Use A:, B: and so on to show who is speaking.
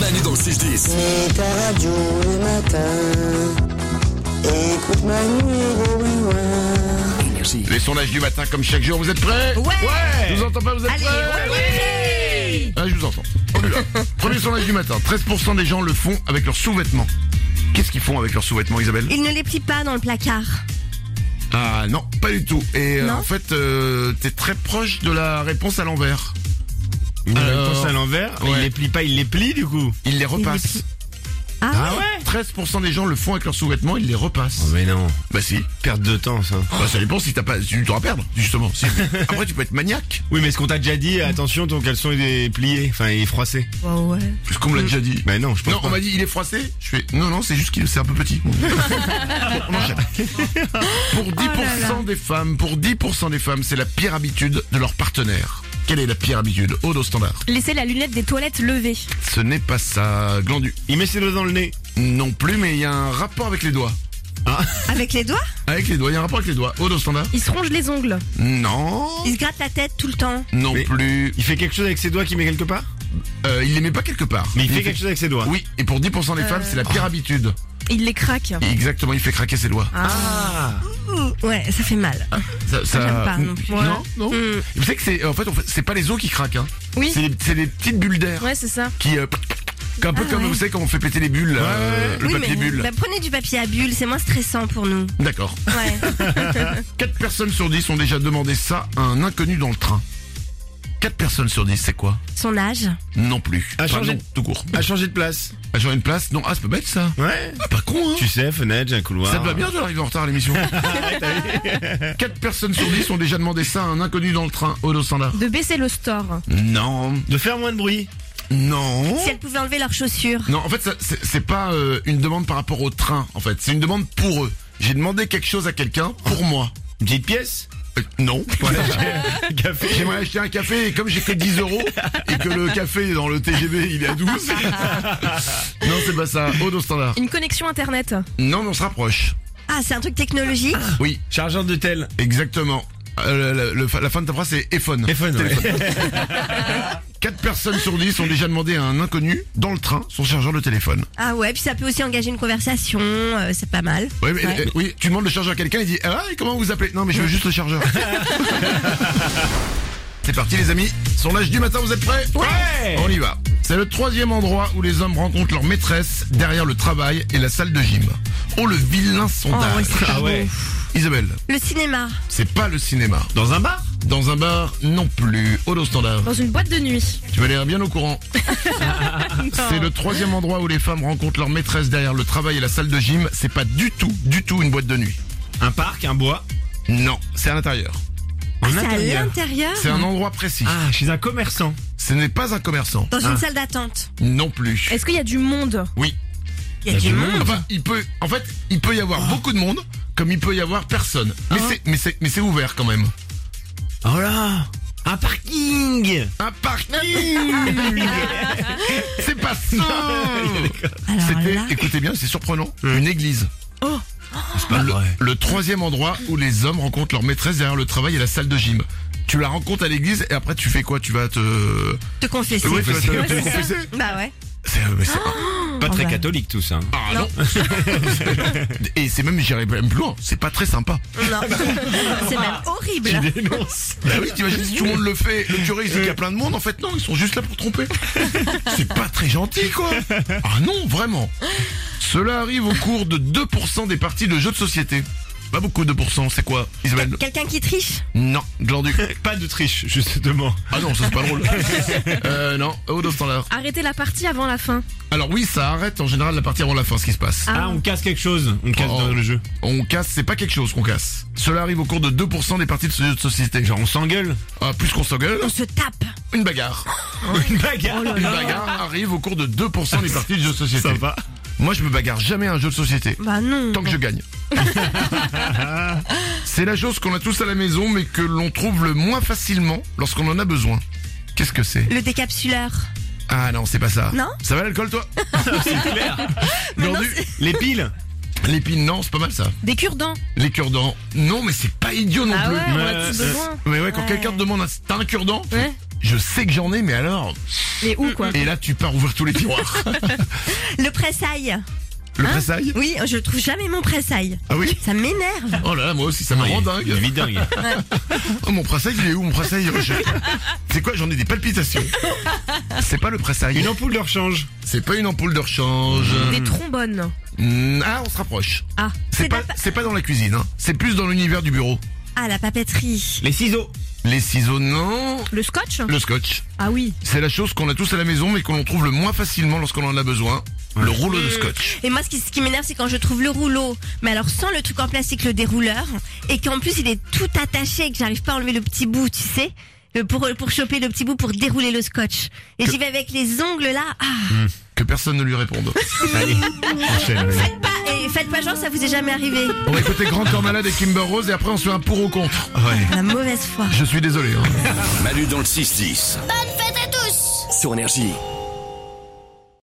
A: Manu dans le 6-10.
B: Mets ta radio le matin. Écoute Manu et Romain Noir.
A: Énergie.
C: Les sondages du matin, comme chaque jour, vous êtes prêts
D: Ouais.
C: Je vous entends pas, vous êtes
D: Allez,
C: prêts
D: ouais, ouais.
C: Ah, je vous entends. On est là. Premier sondage du matin, 13% des gens le font avec leurs sous-vêtements. Qu'est-ce qu'ils font avec leurs sous-vêtements, Isabelle
D: Il ne les plie pas dans le placard.
C: Ah non, pas du tout. Et euh,
D: Non
C: en fait, euh, t'es très proche de la réponse à l'envers.
E: Il les
C: Alors,
E: repousse à l'envers, mais
C: ouais.
E: il les plie pas, il les plie du coup.
C: Ils les
D: plie.
C: repassent.
D: Ah, ouais.
E: ouais
C: 13% des gens le font avec leurs sous-vêtements, ils les repassent.
E: Mais non,
C: Bah si.
E: perte de temps ça.
C: Bah ça dépend si t'as pas, si tu dois perdre, justement. Si- Après tu peux être maniaque.
E: Oui, mais ce qu'on t'a déjà dit, attention, ton caleçon il est plié, enfin il est froissé.
D: Ouais, ouais.
C: Parce qu'on me l'a déjà dit.
E: Mais non, je pense
C: Non, on
E: pas.
C: m'a dit il est froissé. Je fais non non, c'est juste qu'il c'est un peu petit. Bon, on enchaîne. Pour 10% des femmes, pour 10% des femmes, c'est la pire habitude de leur partenaire. Quelle est la pire habitude Aude au standard.
F: Laissez la lunette des toilettes levée.
C: Ce n'est pas ça, glandu.
E: Il met ses doigts dans le nez.
C: Non plus, mais il y a un rapport avec les doigts.
D: Avec les doigts
C: Avec les doigts, il y a un rapport avec les doigts. Aude au standard.
F: Ils se rongent les ongles.
C: Non.
D: Il se gratte la tête tout le temps.
C: Non
E: Mais-
C: plus.
E: Il fait quelque chose avec ses doigts qu'il met quelque part
C: Euh, il les met pas quelque part.
E: Mais il fait quelque chose avec ses doigts.
C: Oui, et pour 10% des femmes, c'est la pire habitude.
F: Il les craque.
D: Ah.
C: Exactement, il fait craquer ses doigts.
E: Ah
D: Ouh, Ouais, ça fait mal.
C: Ça, ça-
D: j'aime pas, non. Hmm.
C: non, non. Et Vous savez que c'est en fait, on fait- c'est pas les os qui craquent, hein.
F: Oui.
C: C'est les- c'est les petites bulles d'air
F: Ouais, c'est ça.
C: qui, euh, un peu
D: Ah
C: comme
D: ouais.
C: vous savez quand on fait péter les bulles, euh, le
D: Oui,
C: papier
D: mais-
C: bulle.
D: bah, prenez du papier à bulles, c'est moins stressant pour nous.
C: D'accord.
D: Ouais.
C: 4 personnes sur 10 ont déjà demandé ça à un inconnu dans le train. 4 personnes sur 10, c'est quoi
D: Son âge.
C: Non plus.
E: À
C: Enfin,
E: changer-
C: non, tout court.
E: A changé de place.
C: À changer une place Non, ah c'est pas bête ça.
E: Ouais.
C: Ah, pas con hein.
E: Tu sais, fenêtre, j'ai un couloir.
C: Ça te va bien de l'arriver en retard à l'émission. 4 personnes sur 10 ont déjà demandé ça à un inconnu dans le train, Odo Standard.
F: De baisser le store.
C: Non,
E: De faire moins de bruit.
C: non.
D: Si elles pouvaient enlever leurs chaussures.
C: Non, en fait, ça, c'est c'est pas euh, une demande par rapport au train, en fait. C'est une demande pour eux. J'ai demandé quelque chose à quelqu'un pour moi.
E: Une petite pièce
C: Euh, non. Voilà.
E: Café.
C: J'aimerais acheter un café et comme j'ai que 10 euros et que le café dans le TGV il est à 12. non, c'est pas ça. Odo Standard.
F: Une connexion internet. Ah.
C: Non, mais on se rapproche.
D: Ah, c'est un truc technologique
C: Oui,
E: Chargeur de tel.
C: exactement. Euh, la, la- le- la fin de ta phrase, c'est iPhone.
E: Téléphone, ouais.
C: 4 personnes sur 10 ont déjà demandé à un inconnu dans le train son chargeur de téléphone.
D: Ah ouais, puis ça peut aussi engager une conversation, euh, c'est pas mal.
C: Ouais, mais,
D: Ouais.
C: euh, oui, tu demandes le chargeur à quelqu'un, il dit Ah, et comment vous appelez Non, mais je veux juste le chargeur. C'est parti, les amis. Sondage du matin, vous êtes prêts
E: Ouais.
C: On y va. C'est le troisième endroit où les hommes rencontrent leur maîtresse derrière le travail et la salle de gym. Oh, le vilain sondage.
D: Oh, ouais, c'est
E: Ah ouais.
C: Isabelle,
D: Le cinéma.
C: c'est pas le cinéma.
E: Dans un bar
C: Dans un bar, non plus. Holo standard.
F: Dans une boîte de nuit.
C: Tu vas l'air bien au courant. c'est le troisième endroit où les femmes rencontrent leur maîtresse derrière le travail et la salle de gym. C'est pas du tout, du tout une boîte de nuit.
E: Un parc, un bois.
C: Non, c'est à l'intérieur.
E: En
D: Ah, C'est à
E: intérieur.
D: l'intérieur
C: C'est un endroit précis.
E: Ah, chez un commerçant.
C: Ce n'est pas un commerçant.
D: Dans une salle d'attente.
C: Non plus.
F: Est-ce qu'il y a du monde
C: Oui.
D: Il y a du monde. Oh.
C: Enfin, il peut, en fait, il peut y avoir beaucoup de monde, comme il peut y avoir personne. Mais
D: Ah.
C: c'est, mais c'est, mais c'est ouvert quand même.
E: Oh là Un parking
C: Un parking C'est pas ça
D: Alors
C: C'était,
D: là, Oh.
C: écoutez bien, c'est surprenant, une église.
E: C'est pas vrai.
C: Le troisième endroit où les hommes rencontrent leur maîtresse derrière le travail et la salle de gym. Tu la rencontres à l'église et après tu fais quoi Tu vas te...
D: te confesser.
C: Oui, tu vas te-
D: Ouais,
C: te
D: c'est ça.
C: confesser
D: Bah ouais.
C: C'est- mais c'est-
E: Pas
D: Oh
E: très
D: bah.
E: catholique tout ça. hein.
C: Ah non Et c'est même, j'irais même plus loin, c'est pas très sympa.
D: Non. c'est même horrible.
E: dénonce.
C: Bah oui, t'imagines si tout le monde le fait, le curé il dit qu'il y a plein de monde, en fait non, ils sont juste là pour tromper. C'est pas très gentil quoi. Ah non, vraiment. Cela arrive au cours de 2% des parties de jeux de société. Pas beaucoup 2%, c'est quoi Isabelle
D: Quelqu'un qui triche
C: Non, glandu.
E: Pas de triche, justement.
C: Ah non, ça c'est pas drôle. Euh non, au standard.
F: Arrêter la partie avant la fin.
C: Alors oui, ça arrête en général la partie avant la fin ce qui se passe.
E: Ah, on casse quelque chose. On casse
C: Oh.
E: dans le jeu.
C: On casse, c'est pas quelque chose qu'on casse. Cela arrive au cours de 2% des parties de ce jeu de société.
E: Genre on s'engueule.
C: Ah, plus qu'on s'engueule,
D: On se tape.
C: une bagarre.
E: Une
F: Oh
E: bagarre.
C: Une bagarre arrive au cours de 2% des parties de jeu de société.
E: Ça va.
C: Moi, je me bagarre jamais à un jeu de société.
D: Bah non.
C: Tant que je gagne. C'est la chose qu'on a tous à la maison, mais que l'on trouve le moins facilement lorsqu'on en a besoin. Qu'est-ce que c'est
D: Le décapsuleur.
C: Ah non, c'est pas ça.
D: Non
C: Ça va l'alcool, toi
D: Maintenant,
E: Glandu. Les piles.
C: L'épine, non, c'est pas mal ça.
F: Des cure-dents.
C: Les cure-dents, non, mais c'est pas idiot non
F: Ah
C: plus.
F: ouais, on a
E: Ouais,
F: tous
E: ouais.
C: Euh.
F: besoin.
C: Mais ouais, quand
D: Ouais.
C: quelqu'un te demande, un- t'as un cure-dent
F: Ouais.
C: je sais que j'en ai, mais alors
F: Mais où, quoi
C: Et là, tu pars ouvrir tous les tiroirs.
D: Le pressail.
C: Le pressail
D: Oui, je trouve jamais mon pressail.
C: Ah oui
D: Ça m'énerve.
C: Oh là là, moi aussi, ça me rend dingue.
E: Vite dingue.
C: Oh, mon pressail, il est où mon pressail Je- C'est quoi J'en ai des palpitations. C'est pas le pressail.
E: Une ampoule de rechange.
C: C'est pas une ampoule de rechange.
F: Des trombones.
C: Mm, Ah, on se rapproche.
D: Ah,
C: Hmm. C'est
D: de
C: pas,
D: la pa-
C: c'est pas dans la cuisine, hein. c'est plus dans l'univers du bureau.
D: Ah, la papeterie.
E: Les ciseaux.
C: Les ciseaux, non.
F: Le scotch
C: Le scotch.
F: Ah oui.
C: C'est la chose qu'on a tous à la maison, mais qu'on trouve le moins facilement lorsqu'on en a besoin. Le rouleau de scotch.
D: Et moi, ce qui, ce qui m'énerve, c'est quand je trouve le rouleau, mais alors sans le truc en plastique, le dérouleur, et qu'en plus il est tout attaché et que j'arrive pas à enlever le petit bout, tu sais, euh, pour, pour choper le petit bout pour dérouler le scotch. Et j'y vais avec les ongles là. Ah,
C: Que personne ne lui réponde.
E: Allez, enchaîne.
D: faites pas, Bah, et faites pas genre, ça vous est jamais arrivé.
C: On va écouter Grand Corps Malade et Kimber Rose et après on se fait un pour ou contre.
E: Ouais.
D: La mauvaise foi.
C: Je suis désolé. hein.
A: Manu dans le 6-10.
G: Bonne fête à tous
A: Sur Énergie.